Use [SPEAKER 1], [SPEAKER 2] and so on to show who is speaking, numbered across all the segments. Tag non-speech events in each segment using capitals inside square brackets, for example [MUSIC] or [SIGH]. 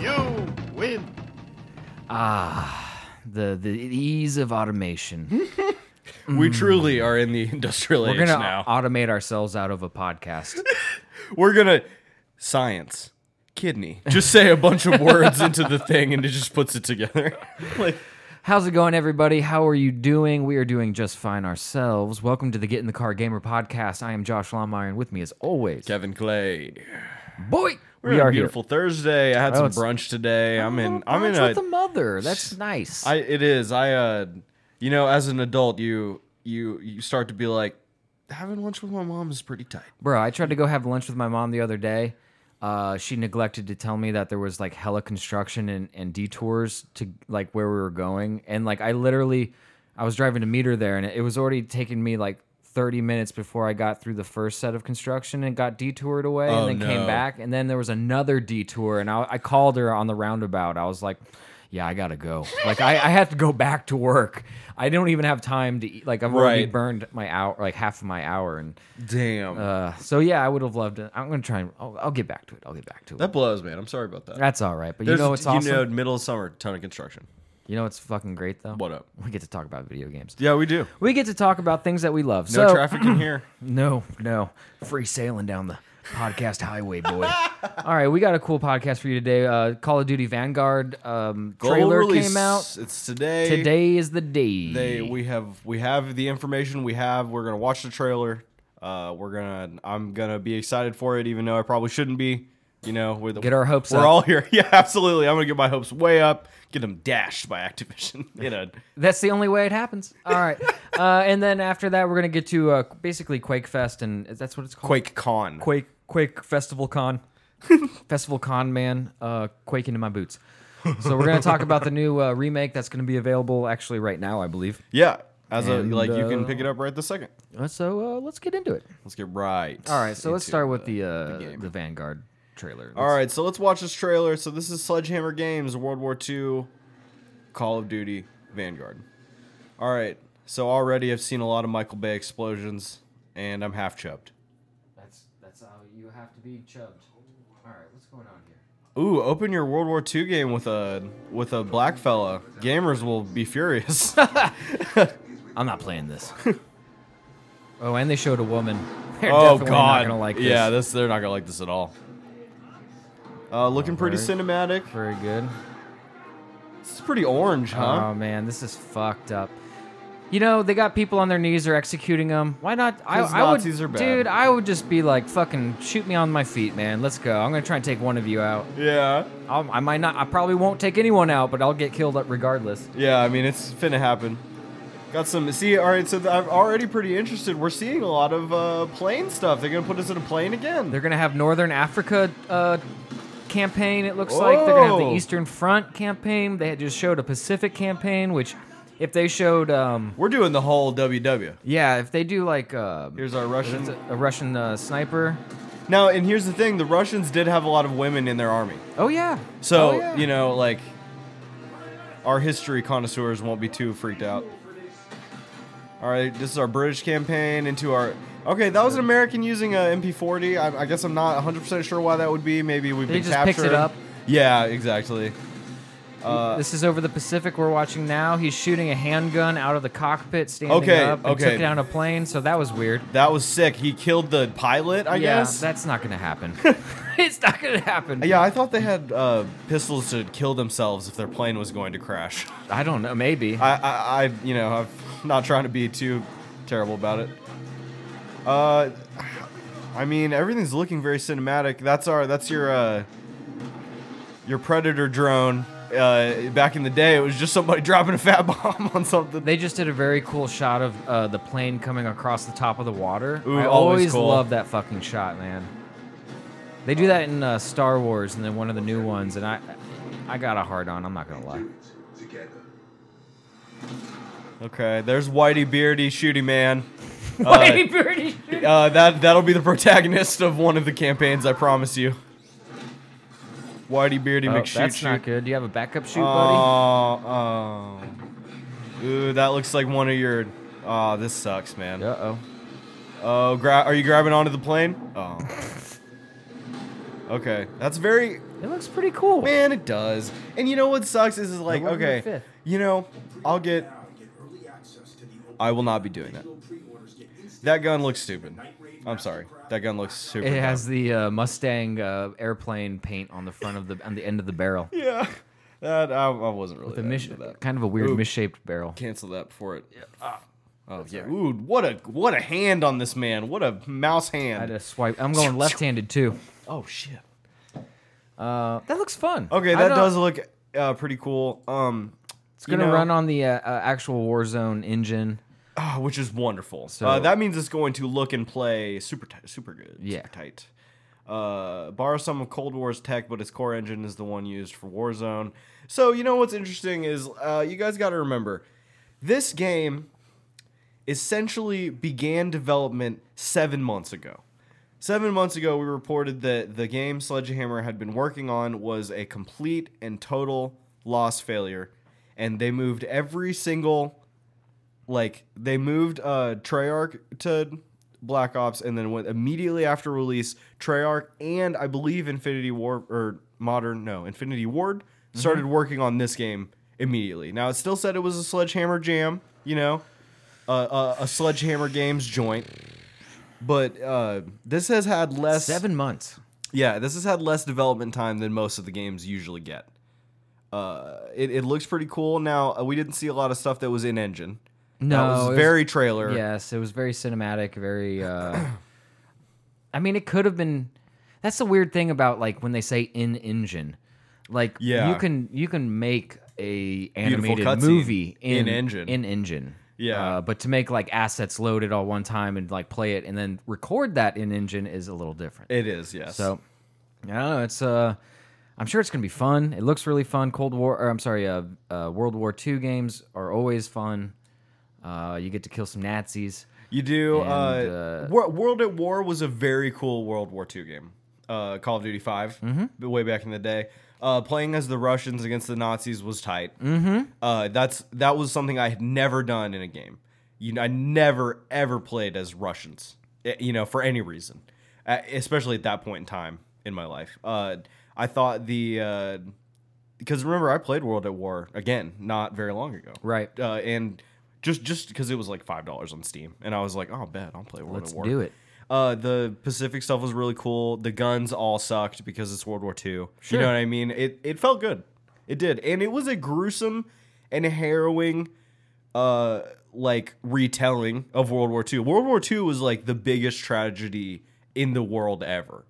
[SPEAKER 1] You win.
[SPEAKER 2] The the ease of
[SPEAKER 3] Hmm.
[SPEAKER 2] automation.
[SPEAKER 3] We truly are in the [LAUGHS] industrial
[SPEAKER 2] We're
[SPEAKER 3] age
[SPEAKER 2] gonna uh,
[SPEAKER 3] now.
[SPEAKER 2] automate ourselves out of a podcast. [LAUGHS]
[SPEAKER 3] We're gonna science
[SPEAKER 2] [LAUGHS]
[SPEAKER 3] kidney. Just say a bunch of words into the thing, and it just puts it together.
[SPEAKER 2] [LAUGHS]
[SPEAKER 3] like
[SPEAKER 2] How's it going, everybody? How are you doing? We are doing just fine ourselves. Welcome to the Get in the Car Gamer podcast. I am Josh Longmire, and with me, as always,
[SPEAKER 3] Kevin Clay.
[SPEAKER 2] boy,
[SPEAKER 3] We're
[SPEAKER 2] we
[SPEAKER 3] on a
[SPEAKER 2] are here.
[SPEAKER 3] beautiful Thursday. I had
[SPEAKER 2] Oh,
[SPEAKER 3] some
[SPEAKER 2] it's-
[SPEAKER 3] brunch today. I'm in. I'm in
[SPEAKER 2] Brunch
[SPEAKER 3] a.
[SPEAKER 2] with the mother. That's nice.
[SPEAKER 3] I. It is. I. Uh. You know, as an adult, you you you start to be like, having lunch with my mom is pretty tight.
[SPEAKER 2] Bro, I tried to go have lunch with my mom the other day. Uh, she neglected to tell me that there was like hella construction and, and detours to like where we were going. And like I literally I was driving to meet her there and it was already taking me like 30 minutes before I got through the first set of construction and got detoured away
[SPEAKER 3] Oh,
[SPEAKER 2] and then came
[SPEAKER 3] no.
[SPEAKER 2] back. And then there was another detour and I, I called her on the roundabout. I was like, yeah, I gotta go. Like I, I have to go back to work. I don't even have time to eat. Like I've already
[SPEAKER 3] Right.
[SPEAKER 2] burned my hour, like half of my hour, and
[SPEAKER 3] Damn.
[SPEAKER 2] uh, so yeah, I would have loved it. I'm gonna try and I'll, I'll get back to it. I'll get back to it.
[SPEAKER 3] that blows, man. I'm sorry about that.
[SPEAKER 2] That's all right. But
[SPEAKER 3] There's-
[SPEAKER 2] you know it's awesome.
[SPEAKER 3] You know, middle of summer, ton of construction.
[SPEAKER 2] you know it's fucking great though.
[SPEAKER 3] What up?
[SPEAKER 2] We get to talk about video games.
[SPEAKER 3] Yeah, we do.
[SPEAKER 2] We get to talk about things that we love.
[SPEAKER 3] No
[SPEAKER 2] so,
[SPEAKER 3] traffic in
[SPEAKER 2] [CLEARS THROAT]
[SPEAKER 3] here.
[SPEAKER 2] [LAUGHS] No, no, free sailing down the podcast highway, boy. [LAUGHS] all right, we got a cool podcast for you today. Uh, Call of Duty Vanguard um,
[SPEAKER 3] Gold
[SPEAKER 2] trailer
[SPEAKER 3] release.
[SPEAKER 2] came out.
[SPEAKER 3] It's today.
[SPEAKER 2] Today is the day.
[SPEAKER 3] They we have we have the information we have. We're gonna watch the trailer. Uh, we're gonna I'm gonna be excited for it, even though I probably shouldn't be. You know, we're the,
[SPEAKER 2] Get our hopes
[SPEAKER 3] We're
[SPEAKER 2] up.
[SPEAKER 3] all here. [LAUGHS] Yeah, absolutely. I'm gonna get my hopes way up. Get them dashed by Activision. [LAUGHS] you know,
[SPEAKER 2] That's the only way it happens.
[SPEAKER 3] [LAUGHS]
[SPEAKER 2] All right, uh, and then after that, we're gonna get to uh, basically Quake Fest, and that's what it's called.
[SPEAKER 3] Quake Con.
[SPEAKER 2] Quake Quake Festival [LAUGHS] Con. Festival Con man, uh, quaking in my boots. So we're gonna talk about the new uh, remake that's gonna be available actually right now, I believe.
[SPEAKER 3] Yeah, as
[SPEAKER 2] And,
[SPEAKER 3] a like you
[SPEAKER 2] uh,
[SPEAKER 3] can pick it up right this second.
[SPEAKER 2] Uh, So uh, let's get into it.
[SPEAKER 3] Let's get right.
[SPEAKER 2] All right, so let's
[SPEAKER 3] into
[SPEAKER 2] start with the uh, the,
[SPEAKER 3] game.
[SPEAKER 2] Vanguard trailer.
[SPEAKER 3] All right, so let's watch this trailer. So this is Sledgehammer Games, World War II, Call of Duty, Vanguard. All right, so already I've seen a lot of Michael Bay explosions, and I'm half chubbed.
[SPEAKER 2] That's that's how you have to be chubbed. All right, what's going on here?
[SPEAKER 3] Ooh, open your World War II game with a with a black fella. Gamers will be
[SPEAKER 2] [LAUGHS]
[SPEAKER 3] furious.
[SPEAKER 2] I'm not playing this. [LAUGHS] oh, and they showed a woman. They're
[SPEAKER 3] oh
[SPEAKER 2] definitely
[SPEAKER 3] God,
[SPEAKER 2] not gonna like this.
[SPEAKER 3] yeah, this they're not gonna like this at all. Uh, looking pretty
[SPEAKER 2] Alright.
[SPEAKER 3] cinematic.
[SPEAKER 2] very good.
[SPEAKER 3] This is pretty orange, huh?
[SPEAKER 2] Oh man, this is fucked up. You know, they got people on their knees, they're executing them. Why not? I,
[SPEAKER 3] 'Cause
[SPEAKER 2] I would,
[SPEAKER 3] Nazis are bad.
[SPEAKER 2] dude. I would just be like, fucking shoot me on my feet, man. Let's go. I'm gonna try and take one of you out.
[SPEAKER 3] yeah,
[SPEAKER 2] I'll, I might not. I probably won't take anyone out, but I'll get killed up regardless.
[SPEAKER 3] Yeah, I mean it's finna happen. Got some. See, all right. So th- I'm already pretty interested. We're seeing a lot of uh, plane stuff. They're gonna put us in a plane again.
[SPEAKER 2] They're gonna have Northern Africa uh, campaign. It looks like they're gonna have the
[SPEAKER 3] Whoa.
[SPEAKER 2] Eastern Front campaign. They had just showed a Pacific campaign, which if they showed, um,
[SPEAKER 3] We're doing the whole WW.
[SPEAKER 2] yeah, if they do like uh,
[SPEAKER 3] Here's our Russians.
[SPEAKER 2] a Russian uh, sniper.
[SPEAKER 3] Now, and here's the thing: the Russians did have a lot of women in their army.
[SPEAKER 2] Oh yeah.
[SPEAKER 3] So
[SPEAKER 2] Oh, yeah.
[SPEAKER 3] you know, like, our history connoisseurs won't be too freaked out. All right, this is our British campaign into our. Okay, that was an American using a MP40. I, I guess I'm not 100 percent sure why that would be. Maybe we've
[SPEAKER 2] He
[SPEAKER 3] been
[SPEAKER 2] just
[SPEAKER 3] captured.
[SPEAKER 2] picks it up.
[SPEAKER 3] Yeah, exactly.
[SPEAKER 2] This is over the Pacific we're watching now. He's shooting a handgun out of the cockpit, standing
[SPEAKER 3] Okay,
[SPEAKER 2] up, and
[SPEAKER 3] okay.
[SPEAKER 2] took down a plane. So that was weird.
[SPEAKER 3] That was sick. He killed the pilot, I
[SPEAKER 2] yeah,
[SPEAKER 3] guess.
[SPEAKER 2] that's not
[SPEAKER 3] [LAUGHS]
[SPEAKER 2] gonna happen. [LAUGHS] it's not gonna happen.
[SPEAKER 3] yeah, I thought they had uh, pistols to kill themselves if their plane was going to crash.
[SPEAKER 2] I don't know. Maybe.
[SPEAKER 3] I, I, I you know, I'm [LAUGHS] not trying to be too terrible about it. Uh, I mean, everything's looking very cinematic. That's our, that's your, uh, your predator drone. Uh, back in the day, it was just somebody [LAUGHS] dropping a fat bomb on something.
[SPEAKER 2] they just did a very cool shot of uh, the plane coming across the top of the water.
[SPEAKER 3] Ooh,
[SPEAKER 2] I
[SPEAKER 3] always
[SPEAKER 2] always
[SPEAKER 3] cool.
[SPEAKER 2] love that fucking shot, man. They do that in uh, Star Wars and then one of the new ones, and I, I got a hard on. I'm not gonna lie.
[SPEAKER 3] Okay, there's Whitey Beardy Shooty
[SPEAKER 2] [LAUGHS]
[SPEAKER 3] Man.
[SPEAKER 2] Whitey Birdie.
[SPEAKER 3] Uh, that that'll be the protagonist of one of the campaigns, I promise you. Whitey Beardy
[SPEAKER 2] Oh,
[SPEAKER 3] McShoot.
[SPEAKER 2] that's not
[SPEAKER 3] Shoot.
[SPEAKER 2] good. Do you have a backup shoot, buddy?
[SPEAKER 3] Oh, oh. Ooh, that looks like one of your. Oh, this sucks, man.
[SPEAKER 2] Uh oh.
[SPEAKER 3] Oh, gra- are you grabbing onto the plane?
[SPEAKER 2] [LAUGHS]
[SPEAKER 3] Oh. okay, that's very.
[SPEAKER 2] It looks pretty cool.
[SPEAKER 3] Man, it does. And you know what sucks is, is like,
[SPEAKER 2] November
[SPEAKER 3] okay,
[SPEAKER 2] 5th.
[SPEAKER 3] you know, I'll get. I will not be doing that. That gun looks stupid. I'm sorry. That gun looks super.
[SPEAKER 2] It
[SPEAKER 3] dumb.
[SPEAKER 2] has the uh, Mustang uh, airplane paint on the front of the on the end of
[SPEAKER 3] [LAUGHS]
[SPEAKER 2] the barrel.
[SPEAKER 3] Yeah. That I, I wasn't really.
[SPEAKER 2] The
[SPEAKER 3] that
[SPEAKER 2] mis-
[SPEAKER 3] into that.
[SPEAKER 2] kind of a weird
[SPEAKER 3] Ooh.
[SPEAKER 2] misshaped barrel.
[SPEAKER 3] Cancel that before it. Oh yeah. Ooh, what a what a hand on this man. What a mouse
[SPEAKER 2] I
[SPEAKER 3] hand.
[SPEAKER 2] had to swipe. I'm going left-handed too.
[SPEAKER 3] oh shit.
[SPEAKER 2] Uh, that looks fun.
[SPEAKER 3] Okay,
[SPEAKER 2] I
[SPEAKER 3] that
[SPEAKER 2] don't-
[SPEAKER 3] does look uh, pretty cool. Um,
[SPEAKER 2] It's gonna
[SPEAKER 3] know-
[SPEAKER 2] run on the uh, uh, actual Warzone engine.
[SPEAKER 3] ah, which is wonderful. So
[SPEAKER 2] So-
[SPEAKER 3] uh, that means it's going to look and play super tight, super good.
[SPEAKER 2] Yeah.
[SPEAKER 3] Super tight. Uh, borrow some of Cold War's tech, but its core engine is the one used for Warzone. So you know what's interesting is uh, you guys got to remember, this game essentially began development seven months ago. Seven months ago, we reported that the game Sledgehammer had been working on was a complete and total loss failure, and they moved every single, like they moved uh, Treyarch to Black Ops, and then went immediately after release. Treyarch and I believe Infinity War or Modern, no, Infinity Ward started working on this game immediately. Now it still said it was a Sledgehammer jam, you know, uh, a, a Sledgehammer Games joint. But uh, this has had less.
[SPEAKER 2] Seven months.
[SPEAKER 3] Yeah, this has had less development time than most of the games usually get. Uh, it, it looks pretty cool. Now uh, we didn't see a lot of stuff that was in engine.
[SPEAKER 2] No,
[SPEAKER 3] that was
[SPEAKER 2] it was-
[SPEAKER 3] very trailer.
[SPEAKER 2] Yes, it was very cinematic. Very. Uh, [CLEARS THROAT] I mean, it could have been. That's the weird thing about like when they say in engine, like
[SPEAKER 3] Yeah.
[SPEAKER 2] you can you can make a
[SPEAKER 3] cutscene
[SPEAKER 2] animated movie in,
[SPEAKER 3] in-engine.
[SPEAKER 2] in engine.
[SPEAKER 3] Yeah.
[SPEAKER 2] uh, but to make like assets loaded all one time and like play it and then record that in engine is a little different.
[SPEAKER 3] it is. Yes.
[SPEAKER 2] So I don't know. It's uh, I'm sure it's gonna be fun. It looks really fun. Cold War, or I'm sorry, uh, uh World War II games are always fun. Uh, you get to kill some Nazis.
[SPEAKER 3] you do.
[SPEAKER 2] And,
[SPEAKER 3] uh,
[SPEAKER 2] uh,
[SPEAKER 3] Wor- World at War was a very cool World War II game. Uh, Call of Duty 5
[SPEAKER 2] Mm-hmm.
[SPEAKER 3] but way back in the day. Uh, playing as the Russians against the Nazis was tight. Mm-hmm. Uh, that's that was something I had never done in a game. You know, I never ever played as Russians. eh, You know, for any reason, Uh, especially at that point in time in my life. Uh, I thought the uh, because remember I played World at War again not very long ago,
[SPEAKER 2] Right.
[SPEAKER 3] Uh, and just just because it was like five dollars on Steam, and I was like, oh, bet I'll play World
[SPEAKER 2] Let's
[SPEAKER 3] at War.
[SPEAKER 2] do it.
[SPEAKER 3] Uh, the Pacific stuff was really cool. The guns all sucked because it's World War II.
[SPEAKER 2] Sure.
[SPEAKER 3] You know what I mean? It it felt good. It did, and it was a gruesome and harrowing, uh, like retelling of World War II. World War II was like the biggest tragedy in the world ever.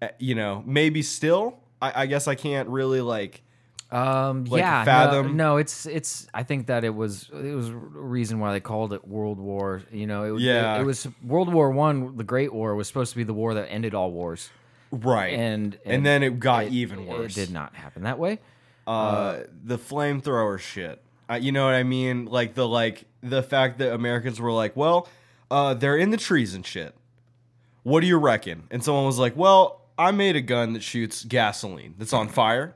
[SPEAKER 3] Uh, you know, maybe still. I, I guess I can't really like.
[SPEAKER 2] Um,
[SPEAKER 3] Like,
[SPEAKER 2] yeah, no-
[SPEAKER 3] fathom?
[SPEAKER 2] No, it's it's. I think that it was it was a reason why they called it World War. You know, it, was-
[SPEAKER 3] Yeah.
[SPEAKER 2] it, it was World War One. The Great War was supposed to be the war that ended all wars,
[SPEAKER 3] Right.
[SPEAKER 2] and
[SPEAKER 3] and, then it got even worse.
[SPEAKER 2] It did not happen that way.
[SPEAKER 3] uh, the flamethrower shit. Uh, you know what I mean? Like the like the fact that Americans were like, well, uh, they're in the trees and shit. What do you reckon? And someone was like, well, I made a gun that shoots gasoline that's on fire,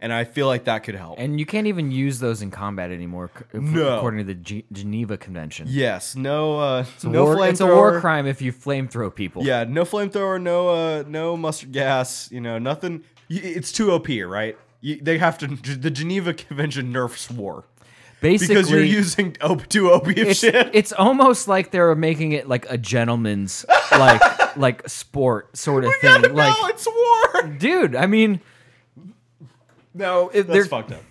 [SPEAKER 3] and I feel like that could help.
[SPEAKER 2] And you can't even use those in combat anymore, c- if-
[SPEAKER 3] No.
[SPEAKER 2] according to the G- Geneva Convention.
[SPEAKER 3] yes, no, uh,
[SPEAKER 2] It's a
[SPEAKER 3] no
[SPEAKER 2] war,
[SPEAKER 3] flamethrower.
[SPEAKER 2] it's a war crime if you flamethrow people.
[SPEAKER 3] Yeah, no flamethrower, no uh, no mustard gas. You know, nothing. y- It's too OP, right? You, they have to. The Geneva Convention nerfs war.
[SPEAKER 2] basically,
[SPEAKER 3] Because you're using op- too OP of
[SPEAKER 2] it's,
[SPEAKER 3] shit.
[SPEAKER 2] it's almost like they're making it like
[SPEAKER 3] [LAUGHS]
[SPEAKER 2] a gentleman's like like sport sort of thing. Like,
[SPEAKER 3] it's war.
[SPEAKER 2] dude, I mean,
[SPEAKER 3] No,
[SPEAKER 2] if
[SPEAKER 3] that's
[SPEAKER 2] they're-
[SPEAKER 3] fucked up.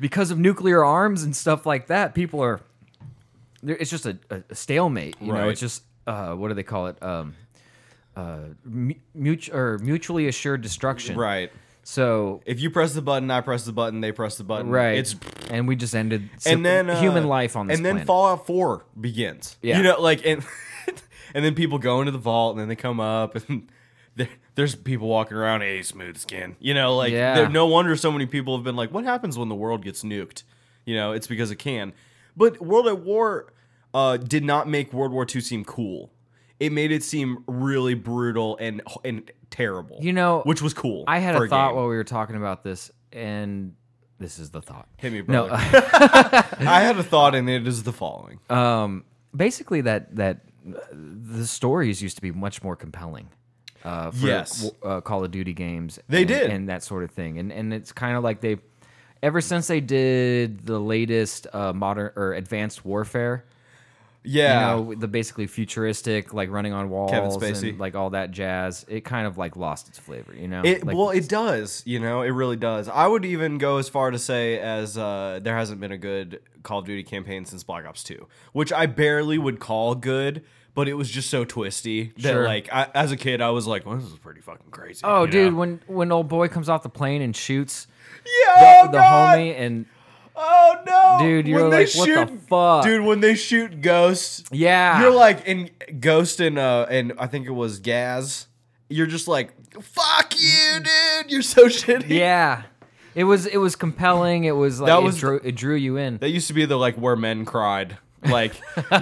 [SPEAKER 2] because of nuclear arms and stuff like that, people are. there- It's just a, a stalemate, you know.
[SPEAKER 3] Right.
[SPEAKER 2] It's just uh, what do they call it? Um, uh, mutual or mutually assured destruction.
[SPEAKER 3] Right.
[SPEAKER 2] So
[SPEAKER 3] If you press the button, I press the button. They press the button.
[SPEAKER 2] right,
[SPEAKER 3] It's
[SPEAKER 2] and we just ended
[SPEAKER 3] and then uh,
[SPEAKER 2] human life on this
[SPEAKER 3] and then
[SPEAKER 2] planet.
[SPEAKER 3] Fallout Four begins. [LAUGHS]
[SPEAKER 2] Yeah.
[SPEAKER 3] You know, like and [LAUGHS] and then people go into the vault and then they come up and there, there's people walking around a smooth skin. You know, like
[SPEAKER 2] Yeah.
[SPEAKER 3] there- no wonder so many people have been like, what happens when the world gets nuked? You know, it's because it can. But World at War uh, did not make World War II seem cool. It made it seem really brutal and and terrible.
[SPEAKER 2] You know,
[SPEAKER 3] which was cool.
[SPEAKER 2] I had
[SPEAKER 3] for
[SPEAKER 2] a thought
[SPEAKER 3] game.
[SPEAKER 2] while we were talking about this, and this is the thought.
[SPEAKER 3] Hit me,
[SPEAKER 2] No,
[SPEAKER 3] brother.
[SPEAKER 2] [LAUGHS]
[SPEAKER 3] I had a thought, and it is the following.
[SPEAKER 2] um, basically that that uh, the stories used to be much more compelling. Uh, for
[SPEAKER 3] Yes.
[SPEAKER 2] uh, Call of Duty games.
[SPEAKER 3] They
[SPEAKER 2] and-
[SPEAKER 3] did.
[SPEAKER 2] and that sort of thing. And and it's kind of like they, ever since they did the latest uh, modern or advanced warfare,
[SPEAKER 3] Yeah,
[SPEAKER 2] you know, the basically futuristic, like running on walls,
[SPEAKER 3] Spacey.
[SPEAKER 2] and like all that jazz. It kind of like lost its flavor, you know.
[SPEAKER 3] It
[SPEAKER 2] like,
[SPEAKER 3] well, it does. You know, it really does. I would even go as far to say as uh, there hasn't been a good Call of Duty campaign since Black Ops Two, which I barely would call good. But it was just so twisty that,
[SPEAKER 2] Sure.
[SPEAKER 3] like, I, as a kid, I was like, "Well, this is pretty fucking crazy."
[SPEAKER 2] oh,
[SPEAKER 3] you
[SPEAKER 2] dude,
[SPEAKER 3] know?
[SPEAKER 2] when when old boy comes off the plane and shoots
[SPEAKER 3] yeah,
[SPEAKER 2] the,
[SPEAKER 3] oh,
[SPEAKER 2] the
[SPEAKER 3] God!
[SPEAKER 2] homie, and
[SPEAKER 3] oh no,
[SPEAKER 2] Dude, you're
[SPEAKER 3] When they
[SPEAKER 2] like, what the fuck?
[SPEAKER 3] dude? When they shoot Ghost,
[SPEAKER 2] yeah,
[SPEAKER 3] you're like in Ghost and uh, and I think it was Gaz. You're just like, "Fuck you,
[SPEAKER 2] Mm-hmm.
[SPEAKER 3] dude! You're so [LAUGHS] shitty."
[SPEAKER 2] yeah. It was it was compelling. It was like
[SPEAKER 3] That
[SPEAKER 2] it,
[SPEAKER 3] was-
[SPEAKER 2] drew, it drew you in.
[SPEAKER 3] That used to be the like where men cried, like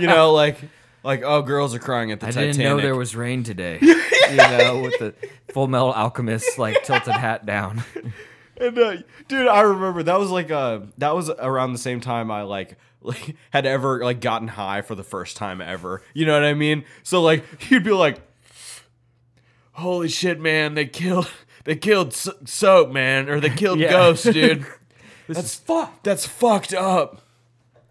[SPEAKER 3] you know, like like oh, girls are crying at the
[SPEAKER 2] I
[SPEAKER 3] Titanic.
[SPEAKER 2] didn't know there was
[SPEAKER 3] [LAUGHS]
[SPEAKER 2] rain today. you know, with the Full Metal Alchemist like tilted hat down.
[SPEAKER 3] And, uh, dude, I remember that was like uh that was around the same time I like [LAUGHS] like had ever like gotten high for the first time ever. You know what I mean? So like [LAUGHS] you'd be like, holy shit, man, they killed [LAUGHS] they killed so- soap, man, or they killed
[SPEAKER 2] Yeah.
[SPEAKER 3] ghosts, dude.
[SPEAKER 2] That's fuck.
[SPEAKER 3] That's fucked up.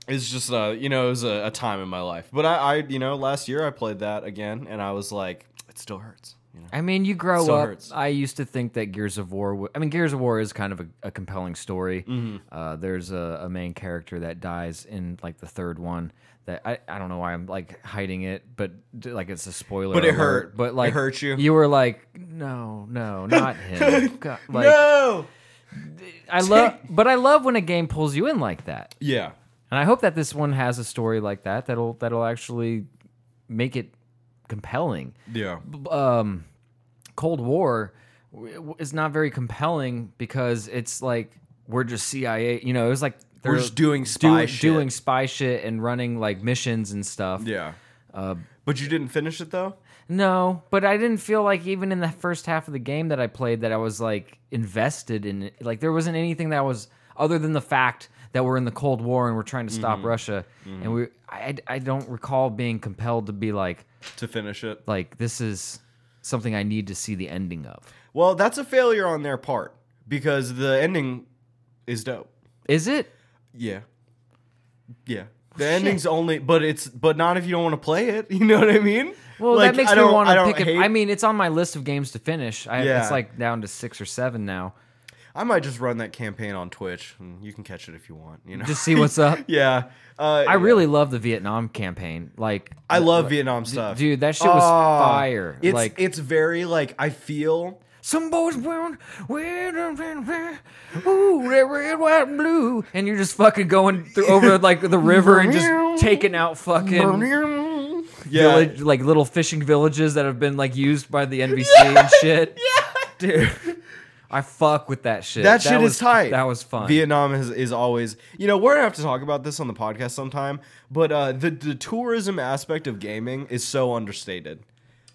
[SPEAKER 3] It's just uh, you know, it was a, a time in my life. But I, I, you know, last year I played that again, and I was like, it still hurts. You know?
[SPEAKER 2] I mean, you grow
[SPEAKER 3] Still
[SPEAKER 2] up.
[SPEAKER 3] hurts.
[SPEAKER 2] I used to think that Gears of War. wa- I mean, Gears of War is kind of a, a compelling story.
[SPEAKER 3] Mm-hmm.
[SPEAKER 2] Uh, there's a, a main character that dies in like the third one. That I, I don't know why I'm like hiding it, but d- like it's a spoiler.
[SPEAKER 3] But it
[SPEAKER 2] alert.
[SPEAKER 3] hurt. It
[SPEAKER 2] But like
[SPEAKER 3] hurt you?
[SPEAKER 2] You were like, no,
[SPEAKER 3] [LAUGHS]
[SPEAKER 2] no, not him. God, like
[SPEAKER 3] no.
[SPEAKER 2] I love, but I love when a game pulls you in like that.
[SPEAKER 3] Yeah.
[SPEAKER 2] And I hope that this one has a story like that that'll that'll actually make it compelling
[SPEAKER 3] Yeah.
[SPEAKER 2] um, Cold War w- w- is not very compelling because it's like we're just CIA. You know, it was like they're
[SPEAKER 3] We're just doing
[SPEAKER 2] do-
[SPEAKER 3] spy shit.
[SPEAKER 2] doing spy shit and running like missions and stuff.
[SPEAKER 3] Yeah.
[SPEAKER 2] Uh,
[SPEAKER 3] but you didn't finish it though.
[SPEAKER 2] No, but I didn't feel like even in the first half of the game that I played that I was like invested in. it. Like there wasn't anything that was other than the fact that we're in the Cold War and we're trying to stop
[SPEAKER 3] Mm-hmm.
[SPEAKER 2] Russia. And we, I, I don't recall being compelled to be like,
[SPEAKER 3] To finish it.
[SPEAKER 2] like this is something I need to see the ending of.
[SPEAKER 3] Well, that's a failure on their part because the ending is dope.
[SPEAKER 2] Is it?
[SPEAKER 3] Yeah. Yeah. The ending's only, but it's, but not if you don't want to play it. [LAUGHS] You know what I mean?
[SPEAKER 2] Well,
[SPEAKER 3] Like,
[SPEAKER 2] that makes
[SPEAKER 3] I
[SPEAKER 2] me
[SPEAKER 3] don't-
[SPEAKER 2] want
[SPEAKER 3] I
[SPEAKER 2] to
[SPEAKER 3] don't
[SPEAKER 2] pick it.
[SPEAKER 3] hate-
[SPEAKER 2] I mean, it's on my list of games to finish. I,
[SPEAKER 3] Yeah.
[SPEAKER 2] It's like down to six or seven now.
[SPEAKER 3] I might just run that campaign on Twitch. and You can catch it if you want. You know,
[SPEAKER 2] Just see what's up.
[SPEAKER 3] [LAUGHS] yeah. Uh,
[SPEAKER 2] I really love the Vietnam campaign. Like,
[SPEAKER 3] I love Vietnam stuff,
[SPEAKER 2] dude, that shit was
[SPEAKER 3] Ah,
[SPEAKER 2] fire.
[SPEAKER 3] It's
[SPEAKER 2] Like-
[SPEAKER 3] it's very like I feel.
[SPEAKER 2] some boys wearing, wearing, wearing- ooh, red, red, white, and blue, and you're just fucking going
[SPEAKER 3] [LAUGHS]
[SPEAKER 2] through over like the river and just taking out fucking
[SPEAKER 3] Yeah,
[SPEAKER 2] village, like little fishing villages that have been like used by the NBC and
[SPEAKER 3] [LAUGHS]
[SPEAKER 2] shit. Yeah, dude. I fuck with that shit.
[SPEAKER 3] that shit
[SPEAKER 2] was,
[SPEAKER 3] is tight.
[SPEAKER 2] That was fun.
[SPEAKER 3] Vietnam is, is always, you know, we're gonna have to talk about this on the podcast sometime. But uh, the the tourism aspect of gaming is so understated.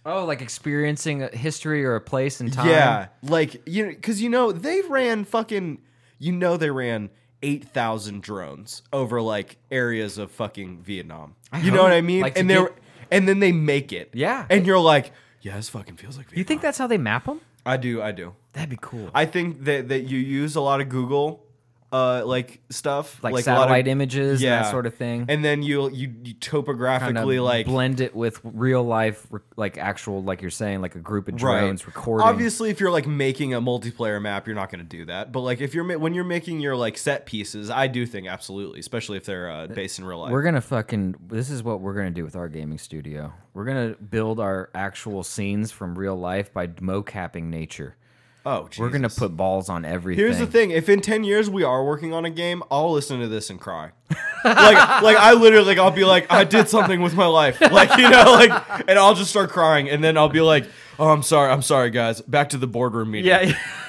[SPEAKER 2] Oh, like experiencing a history or a place and time.
[SPEAKER 3] Yeah, like you know, because you know they ran fucking, you know they ran eight thousand drones over like areas of fucking Vietnam. you know
[SPEAKER 2] hope.
[SPEAKER 3] what I mean?
[SPEAKER 2] Like, to
[SPEAKER 3] and they
[SPEAKER 2] get-
[SPEAKER 3] were- and then they make it.
[SPEAKER 2] Yeah.
[SPEAKER 3] and you're like, yeah, this fucking feels like Vietnam.
[SPEAKER 2] You think that's how they map them?
[SPEAKER 3] I do, I do.
[SPEAKER 2] That'd be cool.
[SPEAKER 3] I think that that you use a lot of Google, uh, like stuff,
[SPEAKER 2] like,
[SPEAKER 3] a lot of-
[SPEAKER 2] satellite images and that sort of thing.
[SPEAKER 3] And then you'll you, you
[SPEAKER 2] Kinda
[SPEAKER 3] topographically like
[SPEAKER 2] blend it with real life, re- like actual, like you're saying, like a group of
[SPEAKER 3] right.
[SPEAKER 2] drones recording.
[SPEAKER 3] Obviously, if you're like making a multiplayer map, you're not going to do that. But like if you're ma- when you're making your like set pieces, I do think absolutely, especially if they're uh, based in real life.
[SPEAKER 2] We're gonna fucking. This is what we're gonna do with our gaming studio. We're gonna build our actual scenes from real life by mocapping nature.
[SPEAKER 3] oh, Jesus.
[SPEAKER 2] We're gonna put balls on everything.
[SPEAKER 3] Here's the thing: if in ten years we are working on a game, I'll listen to this and cry. like, like I literally, like [LAUGHS] I'll be like, I did something with my life, like you know, like, and I'll just start crying, and then I'll be like, Oh, I'm sorry. I'm sorry, guys. Back to the boardroom meeting.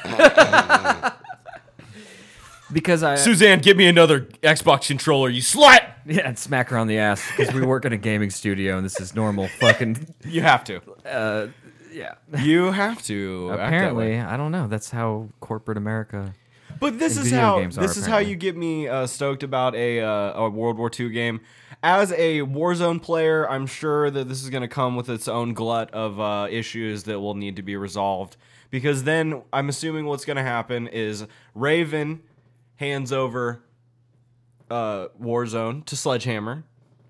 [SPEAKER 2] Yeah. [LAUGHS] because
[SPEAKER 3] [LAUGHS]
[SPEAKER 2] I
[SPEAKER 3] Suzanne, get me another Xbox controller, you slut!
[SPEAKER 2] yeah, and smack her on the ass because we work in a gaming studio and this
[SPEAKER 3] [LAUGHS]
[SPEAKER 2] is normal fucking
[SPEAKER 3] You have to.
[SPEAKER 2] yeah.
[SPEAKER 3] You have to. act that way.
[SPEAKER 2] Apparently, I don't know. That's how corporate America.
[SPEAKER 3] But this
[SPEAKER 2] And
[SPEAKER 3] is
[SPEAKER 2] video
[SPEAKER 3] how
[SPEAKER 2] games are,
[SPEAKER 3] this is how
[SPEAKER 2] apparently.
[SPEAKER 3] you get me uh, stoked about a uh, a World War II game. As a Warzone player, I'm sure that this is going to come with its own glut of uh, issues that will need to be resolved. Because then I'm assuming what's going to happen is Raven hands over uh, Warzone to Sledgehammer,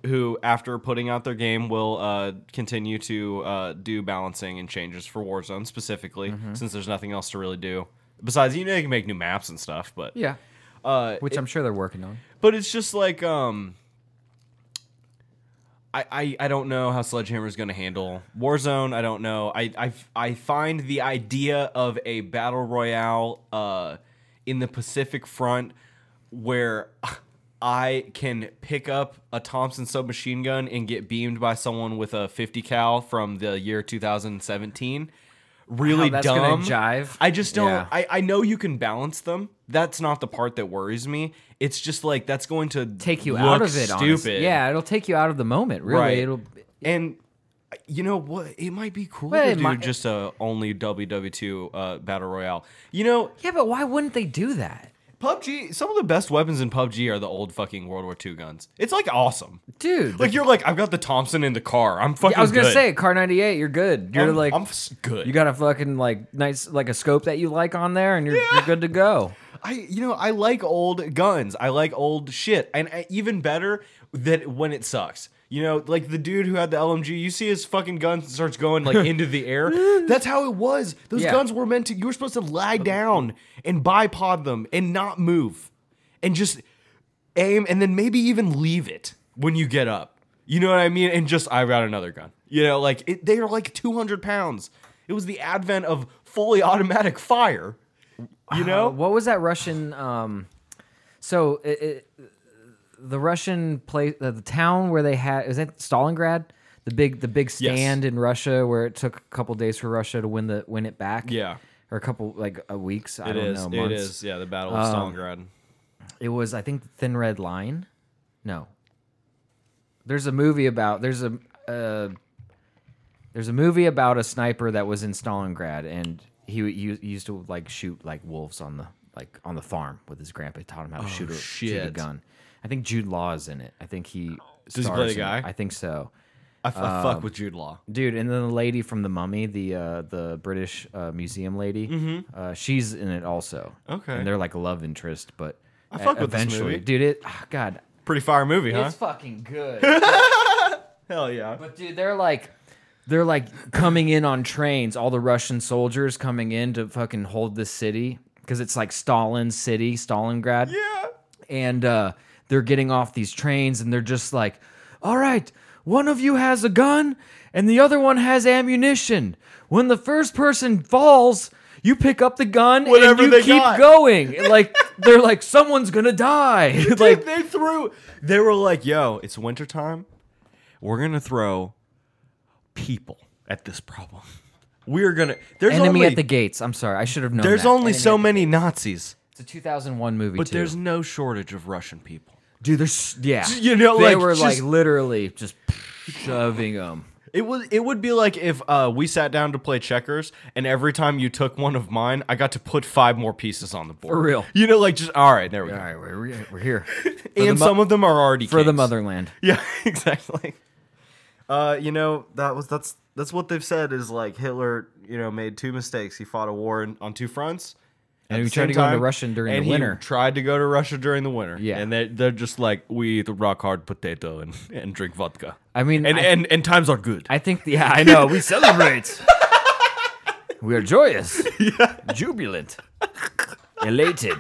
[SPEAKER 3] who, after putting out their game, will uh, continue to uh, do balancing and changes for Warzone specifically, since there's nothing else to really do. Besides, you know, you can make new maps and stuff, but
[SPEAKER 2] Yeah,
[SPEAKER 3] uh,
[SPEAKER 2] which I'm sure they're working on.
[SPEAKER 3] but it's just like um, I I, I don't know how Sledgehammer's going to handle Warzone. I don't know. I I I find the idea of a battle royale uh in the Pacific Front where [LAUGHS] I can pick up a Thompson submachine gun and get beamed by someone with a 50 cal from the year 2017. Really
[SPEAKER 2] How that's gonna
[SPEAKER 3] dumb.
[SPEAKER 2] jive.
[SPEAKER 3] I just don't.
[SPEAKER 2] Yeah.
[SPEAKER 3] I, I know you can balance them. That's not the part that worries me. It's just like that's going to
[SPEAKER 2] Take you
[SPEAKER 3] look
[SPEAKER 2] out of it.
[SPEAKER 3] Stupid.
[SPEAKER 2] Honestly. Yeah, it'll take you out of the moment. Really,
[SPEAKER 3] Right.
[SPEAKER 2] it'll.
[SPEAKER 3] And uh, you know what? It might be cool
[SPEAKER 2] Well,
[SPEAKER 3] to
[SPEAKER 2] it
[SPEAKER 3] do
[SPEAKER 2] might-
[SPEAKER 3] just a only WW2 uh, battle royale. You know,
[SPEAKER 2] Yeah, but why wouldn't they do that,
[SPEAKER 3] PUBG. Some of the best weapons in PUBG are the old fucking World War II guns. It's like awesome.
[SPEAKER 2] dude?
[SPEAKER 3] Like you're like I've got the Thompson in the car. I'm fucking.
[SPEAKER 2] I was gonna
[SPEAKER 3] good.
[SPEAKER 2] say, car ninety eight. You're good. You're
[SPEAKER 3] I'm,
[SPEAKER 2] like,
[SPEAKER 3] I'm s- good.
[SPEAKER 2] you got a fucking like nice like a scope that you like on there, and you're, you're good to go.
[SPEAKER 3] I you know I like old guns. I like old shit, and I, even better that when it sucks. You know, like the dude who had the LMG. You see his fucking gun starts going like into the air. That's how it was. Those
[SPEAKER 2] Yeah.
[SPEAKER 3] guns were meant to. You were supposed to lie down and bipod them and not move, and just aim, and then maybe even leave it when you get up. You know what I mean? And just I've got another gun. You know, like it, they are like two hundred pounds. It was the advent of fully automatic fire. You know,
[SPEAKER 2] Uh, what was that Russian? Um, so it, it, the Russian place, the, the town where they had was that Stalingrad, the big the big stand in Russia where it took a couple days for Russia to win the win it back.
[SPEAKER 3] Yeah.
[SPEAKER 2] or a couple like a weeks. I
[SPEAKER 3] It
[SPEAKER 2] don't
[SPEAKER 3] is.
[SPEAKER 2] know. Months.
[SPEAKER 3] It is. Yeah, the Battle of Stalingrad.
[SPEAKER 2] It was I think the Thin Red Line. No. There's a movie about there's a uh, there's a movie about a sniper that was in Stalingrad and he, u- he used to like shoot like wolves on the like on the farm with his grandpa taught him how to shoot, a, shoot a
[SPEAKER 3] Oh, shit.
[SPEAKER 2] gun. I think Jude Law is in it. I think he
[SPEAKER 3] Does he play
[SPEAKER 2] stars
[SPEAKER 3] the
[SPEAKER 2] in it.
[SPEAKER 3] guy?
[SPEAKER 2] I think so.
[SPEAKER 3] I, f- I fuck with Jude Law.
[SPEAKER 2] Dude, and then the lady from the Mummy, the uh, the British uh, museum lady, uh, she's in it also.
[SPEAKER 3] Mm-hmm. Okay.
[SPEAKER 2] and they're like a love interest, but I
[SPEAKER 3] fuck with this movie.
[SPEAKER 2] dude. It ah, God,
[SPEAKER 3] Pretty fire movie, huh?
[SPEAKER 2] it's fucking good.
[SPEAKER 3] Hell yeah.
[SPEAKER 2] but dude, they're like they're like coming in on trains. All the Russian soldiers coming in to fucking hold the city because it's like Stalin City, Stalingrad
[SPEAKER 3] yeah.
[SPEAKER 2] and uh, they're getting off these trains and they're just like, all right, one of you has a gun and the other one has ammunition. When the first person falls, you pick up the gun
[SPEAKER 3] Whatever
[SPEAKER 2] and you
[SPEAKER 3] they
[SPEAKER 2] keep
[SPEAKER 3] got." [LAUGHS]
[SPEAKER 2] going. And, like they're like, someone's gonna die.
[SPEAKER 3] Like
[SPEAKER 2] [LAUGHS] like
[SPEAKER 3] they threw. They were like, "Yo, it's wintertime. We're gonna throw people at this problem. We're gonna. There's
[SPEAKER 2] enemy
[SPEAKER 3] only
[SPEAKER 2] at the gates. I'm sorry, I should have known.
[SPEAKER 3] there's
[SPEAKER 2] that.
[SPEAKER 3] only
[SPEAKER 2] Enemy
[SPEAKER 3] so
[SPEAKER 2] at the-
[SPEAKER 3] many Nazis,
[SPEAKER 2] It's a 2001 movie
[SPEAKER 3] but
[SPEAKER 2] too.
[SPEAKER 3] there's no shortage of Russian people.
[SPEAKER 2] dude, there's
[SPEAKER 3] [LAUGHS]
[SPEAKER 2] yeah.
[SPEAKER 3] You know,
[SPEAKER 2] they
[SPEAKER 3] like,
[SPEAKER 2] were
[SPEAKER 3] just-
[SPEAKER 2] like literally just shoving them.
[SPEAKER 3] It was. It would be like if uh, we sat down to play checkers, and every time you took one of mine, I got to put five more pieces on the board.
[SPEAKER 2] For real.
[SPEAKER 3] You know, like just all right. There we
[SPEAKER 2] All
[SPEAKER 3] go.
[SPEAKER 2] right, we're,
[SPEAKER 3] [LAUGHS]
[SPEAKER 2] we're here
[SPEAKER 3] And some of them are already
[SPEAKER 2] for the
[SPEAKER 3] kings.
[SPEAKER 2] motherland.
[SPEAKER 3] Yeah, [LAUGHS] exactly. Uh, you know that was that's that's what they've said is like Hitler. You know, made two mistakes. He fought a war in, on two fronts.
[SPEAKER 2] And
[SPEAKER 3] at
[SPEAKER 2] he
[SPEAKER 3] the
[SPEAKER 2] tried
[SPEAKER 3] same
[SPEAKER 2] to go into
[SPEAKER 3] time,
[SPEAKER 2] Russia during
[SPEAKER 3] and
[SPEAKER 2] the
[SPEAKER 3] he
[SPEAKER 2] winter.
[SPEAKER 3] tried to go to Russia during the winter.
[SPEAKER 2] Yeah.
[SPEAKER 3] and they they're just like we eat rock hard potato and, and drink vodka.
[SPEAKER 2] I mean,
[SPEAKER 3] and
[SPEAKER 2] I-
[SPEAKER 3] and and times are good. [LAUGHS]
[SPEAKER 2] I think, yeah, I know. We celebrate. we are joyous, jubilant, elated.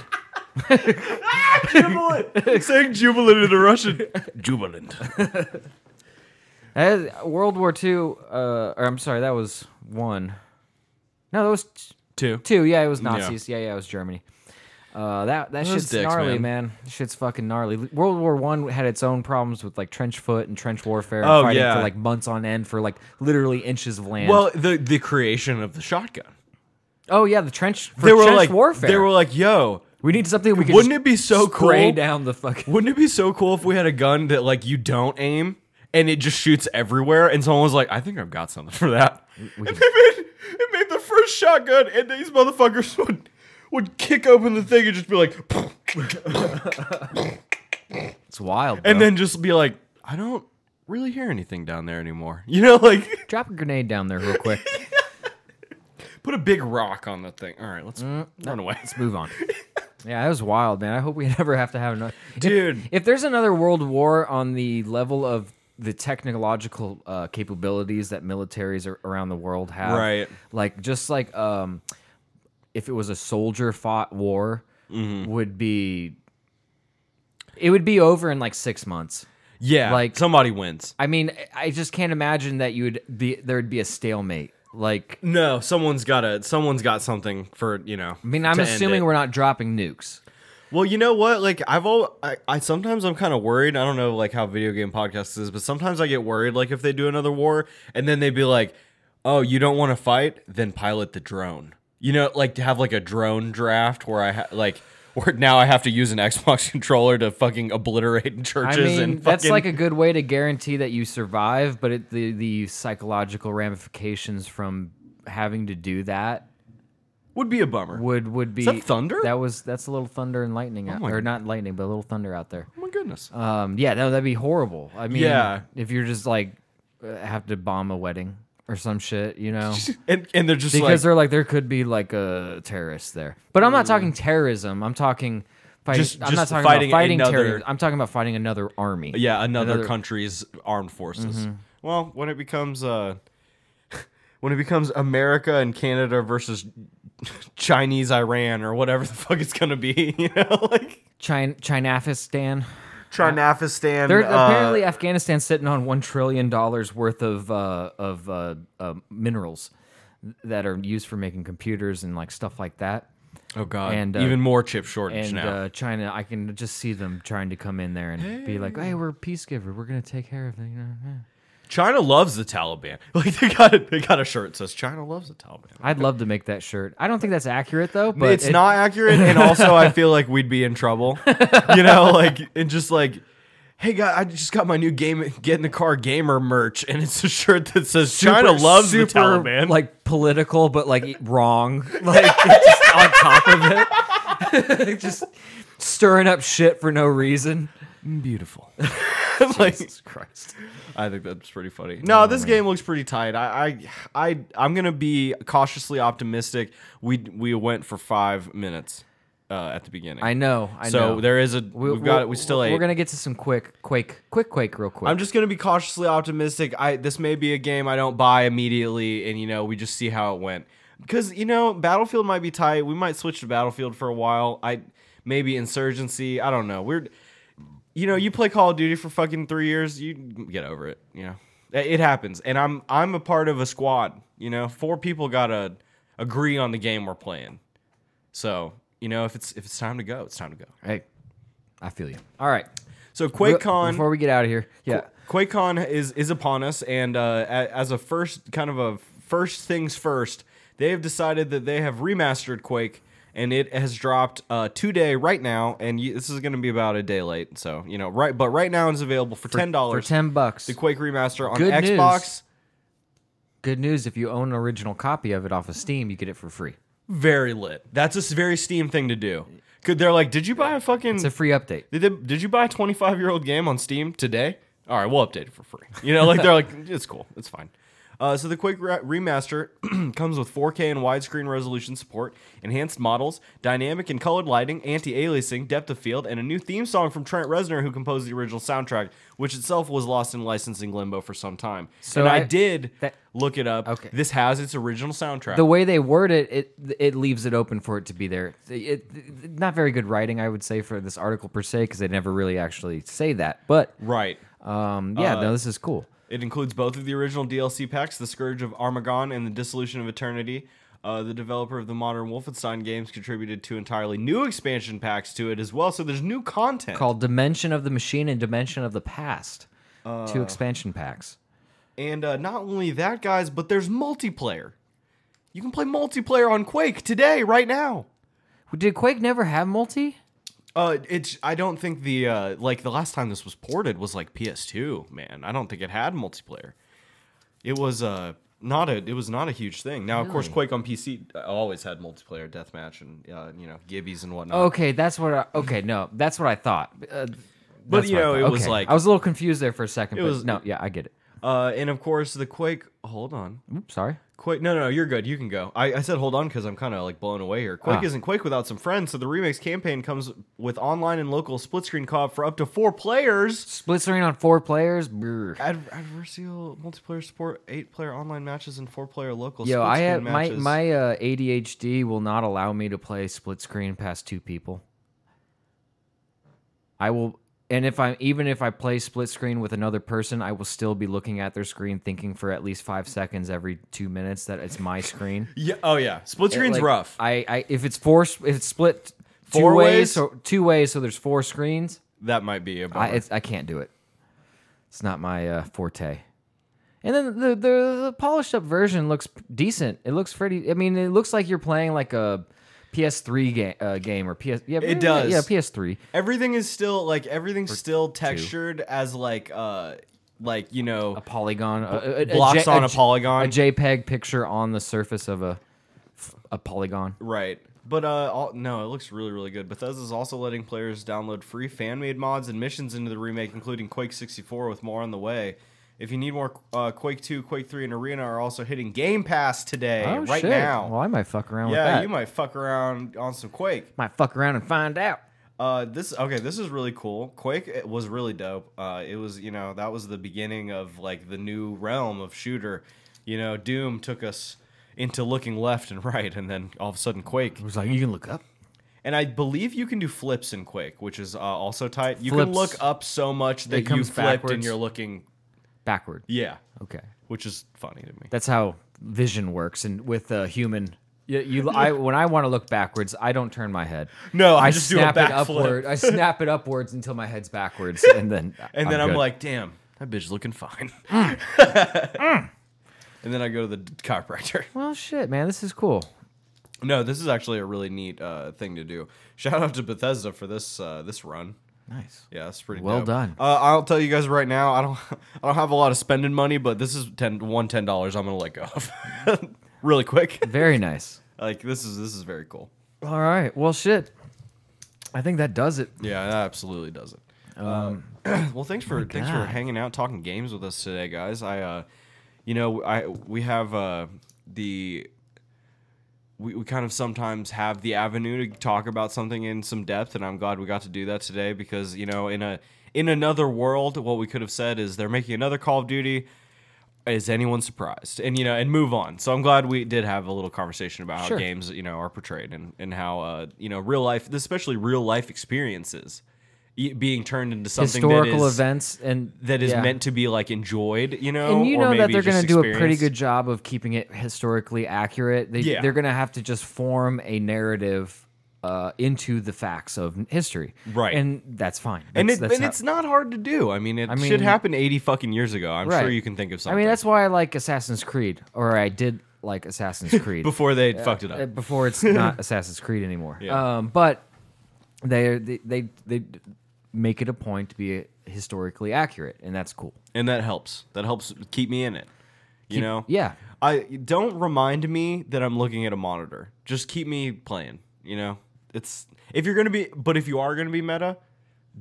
[SPEAKER 3] jubilant, saying jubilant in
[SPEAKER 2] [LAUGHS]
[SPEAKER 3] Russian. jubilant.
[SPEAKER 2] Uh, World War Two, uh, or I'm sorry, that was one. No, that was t-
[SPEAKER 3] Two.
[SPEAKER 2] two. Yeah, it was Nazis. Yeah, yeah, it was Germany. Uh, that that
[SPEAKER 3] Those
[SPEAKER 2] shit's
[SPEAKER 3] dicks,
[SPEAKER 2] gnarly,
[SPEAKER 3] man.
[SPEAKER 2] man. Shit's fucking gnarly. World War One had its own problems with like trench foot and trench warfare, and
[SPEAKER 3] Oh,
[SPEAKER 2] fighting
[SPEAKER 3] yeah.
[SPEAKER 2] for like months on end for like literally inches of land.
[SPEAKER 3] Well, the the creation of the shotgun.
[SPEAKER 2] oh yeah, the trench. For
[SPEAKER 3] They were
[SPEAKER 2] trench
[SPEAKER 3] like
[SPEAKER 2] warfare.
[SPEAKER 3] They were like, yo,
[SPEAKER 2] we need something we can.
[SPEAKER 3] Wouldn't
[SPEAKER 2] just
[SPEAKER 3] it be so
[SPEAKER 2] spray
[SPEAKER 3] cool?
[SPEAKER 2] down the fucking?
[SPEAKER 3] wouldn't it be so cool if we had a gun that like you don't aim and it just shoots everywhere? And someone was like, I think I've got something for that. And they made it made the first shotgun, and these motherfuckers would would kick open the thing and just be like, [LAUGHS]
[SPEAKER 2] It's wild.
[SPEAKER 3] and
[SPEAKER 2] bro.
[SPEAKER 3] then just be like, I don't really hear anything down there anymore. [LAUGHS] You know, like.
[SPEAKER 2] drop a grenade down there
[SPEAKER 3] [LAUGHS]
[SPEAKER 2] real quick.
[SPEAKER 3] Put a big rock on the thing. All right, let's
[SPEAKER 2] Mm.
[SPEAKER 3] run
[SPEAKER 2] [LAUGHS]
[SPEAKER 3] away.
[SPEAKER 2] Let's move on. Yeah, that was wild, man. I hope we [LAUGHS] never have to have another. If-
[SPEAKER 3] Dude.
[SPEAKER 2] if, there's another world war on the level of the technological uh, capabilities that militaries ar- around the world have,
[SPEAKER 3] Right.
[SPEAKER 2] Like just like um, if it was a soldier fought war,
[SPEAKER 3] Mm-hmm.
[SPEAKER 2] would be. It would be over in like six months.
[SPEAKER 3] Yeah,
[SPEAKER 2] Like-
[SPEAKER 3] somebody wins.
[SPEAKER 2] I mean, I- I just can't imagine that you would be there'd be a stalemate. Like, I
[SPEAKER 3] No, someone's got a someone's got something for you know. I
[SPEAKER 2] mean, I'm assuming we're not dropping nukes.
[SPEAKER 3] Well, you know what? Like I've all I, I sometimes I'm kind of worried. I don't know like how video game podcasts is, but sometimes I get worried like if they do another war and then they'd be like, "Oh, you don't want to fight? Then pilot the drone." You know, like to have like a drone draft where I ha- like where now I have to use an Xbox [LAUGHS] controller to fucking obliterate [LAUGHS]
[SPEAKER 2] I
[SPEAKER 3] churches
[SPEAKER 2] mean,
[SPEAKER 3] and fucking
[SPEAKER 2] that's like a good way to guarantee that you survive, but it, the the psychological ramifications from having to do that
[SPEAKER 3] would be a bummer.
[SPEAKER 2] would would be
[SPEAKER 3] that thunder? Oh
[SPEAKER 2] That was that's a little thunder and lightning, out,
[SPEAKER 3] my-
[SPEAKER 2] or not lightning, but a little thunder out there.
[SPEAKER 3] oh my goodness.
[SPEAKER 2] Um, yeah, no, that'd be horrible. I mean,
[SPEAKER 3] Yeah.
[SPEAKER 2] if you're just like uh, have to bomb a wedding or some shit,
[SPEAKER 3] [LAUGHS]
[SPEAKER 2] you know.
[SPEAKER 3] and and they're just
[SPEAKER 2] because
[SPEAKER 3] like
[SPEAKER 2] they're like there could be like a terrorist there. But I'm not talking terrorism. I'm talking fighting.
[SPEAKER 3] Mm. Just-
[SPEAKER 2] I'm
[SPEAKER 3] just
[SPEAKER 2] not talking
[SPEAKER 3] fighting
[SPEAKER 2] about fighting
[SPEAKER 3] another-
[SPEAKER 2] terrorism. I'm talking about fighting another army.
[SPEAKER 3] yeah another,
[SPEAKER 2] another- Mm-hmm.
[SPEAKER 3] country's armed forces well when it becomes uh [LAUGHS] when it becomes america and canada versus [LAUGHS] chinese iran or whatever the fuck it's gonna be [LAUGHS] you know like
[SPEAKER 2] China, Chinafistan.
[SPEAKER 3] Trinafistan,
[SPEAKER 2] They're,
[SPEAKER 3] uh,
[SPEAKER 2] apparently, Afghanistan's sitting on one trillion dollars worth of uh, of uh, uh, minerals that are used for making computers and like stuff like that.
[SPEAKER 3] oh god
[SPEAKER 2] and, uh,
[SPEAKER 3] even more chip shortage
[SPEAKER 2] And
[SPEAKER 3] now
[SPEAKER 2] uh, China, I can just see them trying to come in there and be like, "Hey, we're a peace giver. We're gonna take care of it." you know, yeah."
[SPEAKER 3] china loves the taliban [LAUGHS] like they got a, they got a shirt that says china loves the taliban
[SPEAKER 2] I'd love to make that shirt. I don't think that's accurate though. But
[SPEAKER 3] it's
[SPEAKER 2] it-
[SPEAKER 3] not accurate and also i feel like we'd be in [LAUGHS] trouble you know like and just like hey guy i just got my new game get in the car gamer merch and it's a shirt that says china
[SPEAKER 2] super-
[SPEAKER 3] loves the
[SPEAKER 2] super,
[SPEAKER 3] taliban
[SPEAKER 2] Like political, but like wrong. [LAUGHS] Like just on top of it, [LAUGHS] just stirring up shit for no reason. [LAUGHS]
[SPEAKER 3] beautiful like
[SPEAKER 2] Jesus Christ.
[SPEAKER 3] i think that's pretty funny no this game looks pretty tight I, I i i'm gonna be cautiously optimistic we we went for five minutes uh at the beginning
[SPEAKER 2] I know. I
[SPEAKER 3] so
[SPEAKER 2] know.
[SPEAKER 3] there is a
[SPEAKER 2] We-
[SPEAKER 3] we, have got it we still ate.
[SPEAKER 2] We're gonna get to some quick, quake, quick, quake, real quick.
[SPEAKER 3] I'm just gonna be cautiously optimistic. I this may be a game I don't buy immediately, and you know we just see how it went. Because you know Battlefield might be tight. We might switch to Battlefield for a while. I maybe Insurgency. I don't know. We're you know you play Call of Duty for fucking three years. You get over it. You know it it happens. And I'm I'm a part of a squad. You know four people gotta agree on the game we're playing. So you know if it's if it's time to go, it's time to go.
[SPEAKER 2] hey, I feel you. All right,
[SPEAKER 3] So
[SPEAKER 2] Real-
[SPEAKER 3] QuakeCon.
[SPEAKER 2] Before we get out of here, yeah.
[SPEAKER 3] QuakeCon is is upon us, and uh, a- as a first kind of a first things first, they have decided that they have remastered Quake, and it has dropped uh, today right now, and you, this is going to be about a day late. So you know, right, but right now it's available for ten
[SPEAKER 2] For
[SPEAKER 3] dollars.
[SPEAKER 2] ten bucks.
[SPEAKER 3] The Quake remaster on
[SPEAKER 2] Good news.
[SPEAKER 3] Xbox,
[SPEAKER 2] Good news: if you own an original copy of it off of Steam, you get it for free.
[SPEAKER 3] very lit. That's a s- very Steam thing to do. Could they're like, did you buy a fucking?
[SPEAKER 2] It's a free update.
[SPEAKER 3] did, they- did you buy a 25 year old game on Steam today? All right, we'll update it for free. You know, like [LAUGHS] they're like, it's cool, it's fine. Uh, so the Quake re- remaster [CLEARS THROAT] comes with 4K and widescreen resolution support, enhanced models, dynamic and colored lighting, anti-aliasing, depth of field, and a new theme song from Trent Reznor, who composed the original soundtrack, which itself was lost in licensing limbo for some time.
[SPEAKER 2] So
[SPEAKER 3] and I,
[SPEAKER 2] I-
[SPEAKER 3] did
[SPEAKER 2] that-
[SPEAKER 3] look it up.
[SPEAKER 2] Okay.
[SPEAKER 3] This has its original soundtrack.
[SPEAKER 2] the way they word it, it it leaves it open for it to be there. It, it- not very good writing, I would say, for this article per se, because they never really actually say that. But
[SPEAKER 3] right.
[SPEAKER 2] um, yeah,
[SPEAKER 3] Uh,
[SPEAKER 2] no, this is cool.
[SPEAKER 3] It includes both of the original DLC packs, The Scourge of Armagon and The Dissolution of Eternity. Uh, the developer of the modern Wolfenstein games contributed two entirely new expansion packs to it as well, so there's new content.
[SPEAKER 2] called Dimension of the Machine and Dimension of the Past.
[SPEAKER 3] Uh.
[SPEAKER 2] Two expansion packs.
[SPEAKER 3] and uh, not only that, guys, but there's multiplayer. You can play multiplayer on Quake today, right now.
[SPEAKER 2] Did Quake never have multi?
[SPEAKER 3] Uh, it's I don't think the uh, like the last time this was ported was like PS2, man. I don't think it had multiplayer. It was uh not a it was not a huge thing. Now of course Quake on PC always had multiplayer deathmatch and uh, you know gibbies and whatnot.
[SPEAKER 2] Okay, that's what. I, okay, no, that's what I thought. Uh,
[SPEAKER 3] But,
[SPEAKER 2] that's
[SPEAKER 3] you
[SPEAKER 2] what I
[SPEAKER 3] know,
[SPEAKER 2] thought.
[SPEAKER 3] it was
[SPEAKER 2] Okay.
[SPEAKER 3] like-
[SPEAKER 2] I was a little confused there for a second. but
[SPEAKER 3] was-
[SPEAKER 2] no, yeah, I get it.
[SPEAKER 3] Uh, and of course the Quake. Hold on,
[SPEAKER 2] Oops, sorry.
[SPEAKER 3] Quake. No, no, no, you're good. You can go. I, I said hold on because I'm kind of like blown away here. Quake
[SPEAKER 2] Ah.
[SPEAKER 3] isn't Quake without some friends, so the remix campaign comes with online and local split screen co-op for up to four players.
[SPEAKER 2] Split screen on four players. Brr.
[SPEAKER 3] Ad- adversarial multiplayer support, eight player online matches, and four player local.
[SPEAKER 2] Yo, I
[SPEAKER 3] split-screen
[SPEAKER 2] have my
[SPEAKER 3] matches.
[SPEAKER 2] my uh, ADHD will not allow me to play split screen past two people. I will, and if I'm even if I play split screen with another person, I will still be looking at their screen, thinking for at least five seconds every two minutes that it's my screen.
[SPEAKER 3] Yeah. Oh yeah. Split [LAUGHS] screen's
[SPEAKER 2] Like,
[SPEAKER 3] rough.
[SPEAKER 2] I, I if it's four, if it's split
[SPEAKER 3] Four
[SPEAKER 2] two
[SPEAKER 3] ways?
[SPEAKER 2] ways, so two ways, so there's four screens.
[SPEAKER 3] that might be a
[SPEAKER 2] I
[SPEAKER 3] bummer.
[SPEAKER 2] it's, I can't do it. It's not my uh, forte. And then the, the the polished up version looks p- decent. It looks pretty. I mean, it looks like you're playing like a PS3 game, uh, game or PS. Yeah, yeah,
[SPEAKER 3] does.
[SPEAKER 2] Yeah, PS3.
[SPEAKER 3] everything is still like everything's still textured as like uh like you know
[SPEAKER 2] A polygon. A, a, a,
[SPEAKER 3] blocks
[SPEAKER 2] J-
[SPEAKER 3] on a
[SPEAKER 2] J-
[SPEAKER 3] polygon.
[SPEAKER 2] A JPEG picture on the surface of a a polygon.
[SPEAKER 3] right. But uh all, no, it looks really really good. Bethesda's also letting players download free fan made mods and missions into the remake, including Quake 64, with more on the way. If you need more, uh, Quake 2, Quake 3, and Arena are also hitting Game Pass today,
[SPEAKER 2] oh
[SPEAKER 3] right
[SPEAKER 2] shit!
[SPEAKER 3] now.
[SPEAKER 2] Well, I might fuck around with
[SPEAKER 3] yeah,
[SPEAKER 2] that.
[SPEAKER 3] you might fuck around on some Quake.
[SPEAKER 2] might fuck around and find out.
[SPEAKER 3] Uh, this okay. This is really cool. Quake it was really dope. Uh, it was you know that was the beginning of like the new realm of shooter. You know, Doom took us into looking left and [LAUGHS] right, and then all of a sudden Quake.
[SPEAKER 2] It was like you can look up.
[SPEAKER 3] And I believe you can do flips in Quake, which is uh, also tight. You can
[SPEAKER 2] Flips.
[SPEAKER 3] look up so much that you
[SPEAKER 2] comes
[SPEAKER 3] flipped and
[SPEAKER 2] backwards.
[SPEAKER 3] you're looking.
[SPEAKER 2] Backward.
[SPEAKER 3] Yeah,
[SPEAKER 2] Okay.
[SPEAKER 3] which is funny to me.
[SPEAKER 2] That's how vision works, and with a human, you, you I, when I want to look backwards, I don't turn my head.
[SPEAKER 3] No, I
[SPEAKER 2] I
[SPEAKER 3] just do a
[SPEAKER 2] snap it
[SPEAKER 3] backflip.
[SPEAKER 2] upward. I snap it upwards until my head's backwards, and then
[SPEAKER 3] [LAUGHS] And then I'm,
[SPEAKER 2] good.
[SPEAKER 3] like, damn, that bitch looking fine.
[SPEAKER 2] Hmm.
[SPEAKER 3] [LAUGHS] and then I go to the chiropractor.
[SPEAKER 2] well, shit, man, this is cool.
[SPEAKER 3] No, this is actually a really neat uh, thing to do. Shout out to Bethesda for this uh, this run.
[SPEAKER 2] Nice.
[SPEAKER 3] Yeah, that's pretty
[SPEAKER 2] Well
[SPEAKER 3] dope.
[SPEAKER 2] done.
[SPEAKER 3] Uh, I'll tell you guys right now, I don't [LAUGHS] I don't have a lot of spending money, but this is ten one ten dollars I'm gonna let go of [LAUGHS] really quick. [LAUGHS]
[SPEAKER 2] Very nice.
[SPEAKER 3] Like this is this is very cool.
[SPEAKER 2] All right. Well, shit. I think that does it.
[SPEAKER 3] Yeah, that absolutely does it. Um, [CLEARS THROAT] well, thanks for thanks for
[SPEAKER 2] God.
[SPEAKER 3] hanging out, talking games with us today, guys. I, uh, you know, I we have uh, the we, we kind of sometimes have the avenue to talk about something in some depth, and I'm glad we got to do that today because you know, in a in another world, what we could have said is they're making another Call of Duty. Is anyone surprised? And you know, and move on. So I'm glad we did have a little conversation about how
[SPEAKER 2] Sure.
[SPEAKER 3] games, you know, are portrayed and and how uh, you know real life, especially real life experiences, e- being turned into something
[SPEAKER 2] Historical
[SPEAKER 3] that is,
[SPEAKER 2] events and
[SPEAKER 3] that is
[SPEAKER 2] yeah.
[SPEAKER 3] meant to be like enjoyed. You know,
[SPEAKER 2] And you
[SPEAKER 3] or
[SPEAKER 2] know that
[SPEAKER 3] maybe
[SPEAKER 2] they're going
[SPEAKER 3] just
[SPEAKER 2] to do a pretty
[SPEAKER 3] experienced.
[SPEAKER 2] good job of keeping it historically accurate. They,
[SPEAKER 3] Yeah.
[SPEAKER 2] They're going to have to just form a narrative uh, into the facts of history.
[SPEAKER 3] Right.
[SPEAKER 2] And that's fine.
[SPEAKER 3] And,
[SPEAKER 2] That's-
[SPEAKER 3] it,
[SPEAKER 2] that's
[SPEAKER 3] and
[SPEAKER 2] how-
[SPEAKER 3] it's not hard to do. I mean, it
[SPEAKER 2] mean-
[SPEAKER 3] should happen 80 fucking years ago. I'm sure
[SPEAKER 2] Right.
[SPEAKER 3] you can think of
[SPEAKER 2] I
[SPEAKER 3] something.
[SPEAKER 2] mean, that's why I like Assassin's Creed, or I did
[SPEAKER 3] [LAUGHS]
[SPEAKER 2] like Assassin's Creed.
[SPEAKER 3] before they fucked it
[SPEAKER 2] Uh,
[SPEAKER 3] up.
[SPEAKER 2] before
[SPEAKER 3] [LAUGHS]
[SPEAKER 2] it's not Assassin's Creed anymore.
[SPEAKER 3] Yeah.
[SPEAKER 2] Um, but they, they they they make it a point to be historically accurate, and that's cool.
[SPEAKER 3] and that helps. That helps keep me in it. You know?
[SPEAKER 2] Yeah.
[SPEAKER 3] I don't remind me that I'm looking at a monitor. Just keep me playing, you know? It's if you're going to be but if you are going to be meta,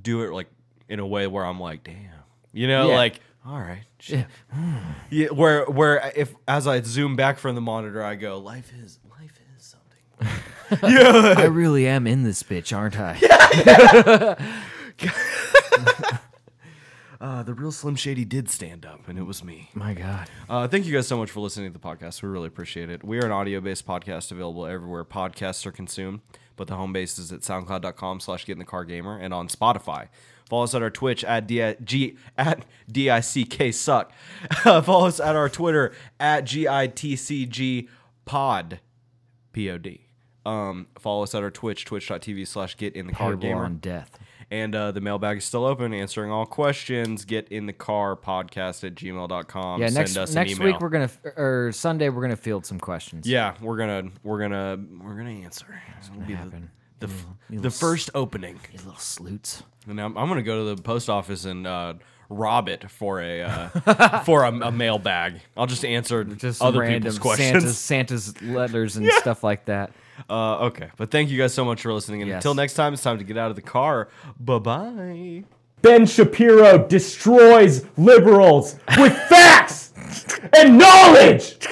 [SPEAKER 3] do it like in a way where I'm like, "Damn." You know,
[SPEAKER 2] Yeah.
[SPEAKER 3] like, "All right." shit." Yeah, where where if as I zoom back from the monitor, I go, "Life is life is something."
[SPEAKER 2] [LAUGHS]
[SPEAKER 3] [LAUGHS]
[SPEAKER 2] [LAUGHS] I really am in this bitch, aren't I?
[SPEAKER 3] Uh, the real Slim Shady did stand up, and it was me.
[SPEAKER 2] My God.
[SPEAKER 3] Uh, thank you guys so much for listening to the podcast. We really appreciate it. We are an audio-based podcast available everywhere podcasts are consumed, but the home base is at soundcloud.com slash get in the car gamer and on Spotify. Follow us at our Twitch at D-I-G, at D-I-C-K [LAUGHS] suck. Follow us at our Twitter at G-I-T-C-G pod. Pod. Um, follow us at our Twitch, twitch.tv slash get in the car
[SPEAKER 2] Parable
[SPEAKER 3] gamer.
[SPEAKER 2] on death.
[SPEAKER 3] And uh, the mailbag is still open, answering all questions. Get in the car podcast at gmail.com.
[SPEAKER 2] Yeah,
[SPEAKER 3] Send
[SPEAKER 2] next
[SPEAKER 3] us
[SPEAKER 2] next
[SPEAKER 3] an email.
[SPEAKER 2] week we're gonna f- or Sunday we're gonna field some questions.
[SPEAKER 3] yeah, we're gonna we're gonna we're gonna answer. It'll be the,
[SPEAKER 2] happen.
[SPEAKER 3] the, f-
[SPEAKER 2] you
[SPEAKER 3] the
[SPEAKER 2] little s-
[SPEAKER 3] first opening.
[SPEAKER 2] These little sleuts.
[SPEAKER 3] And I'm, I'm gonna go to the post office and uh, rob it for a
[SPEAKER 2] [LAUGHS]
[SPEAKER 3] uh, for a, a mail bag. I'll just answer
[SPEAKER 2] Just
[SPEAKER 3] other
[SPEAKER 2] random
[SPEAKER 3] people's questions.
[SPEAKER 2] Santa's [LAUGHS] Santa's letters and stuff like that.
[SPEAKER 3] Uh, okay, but thank you guys so much for listening. And
[SPEAKER 2] Yes.
[SPEAKER 3] until next time, it's time to get out of the car. Bye bye.
[SPEAKER 1] Ben Shapiro destroys liberals with facts and knowledge.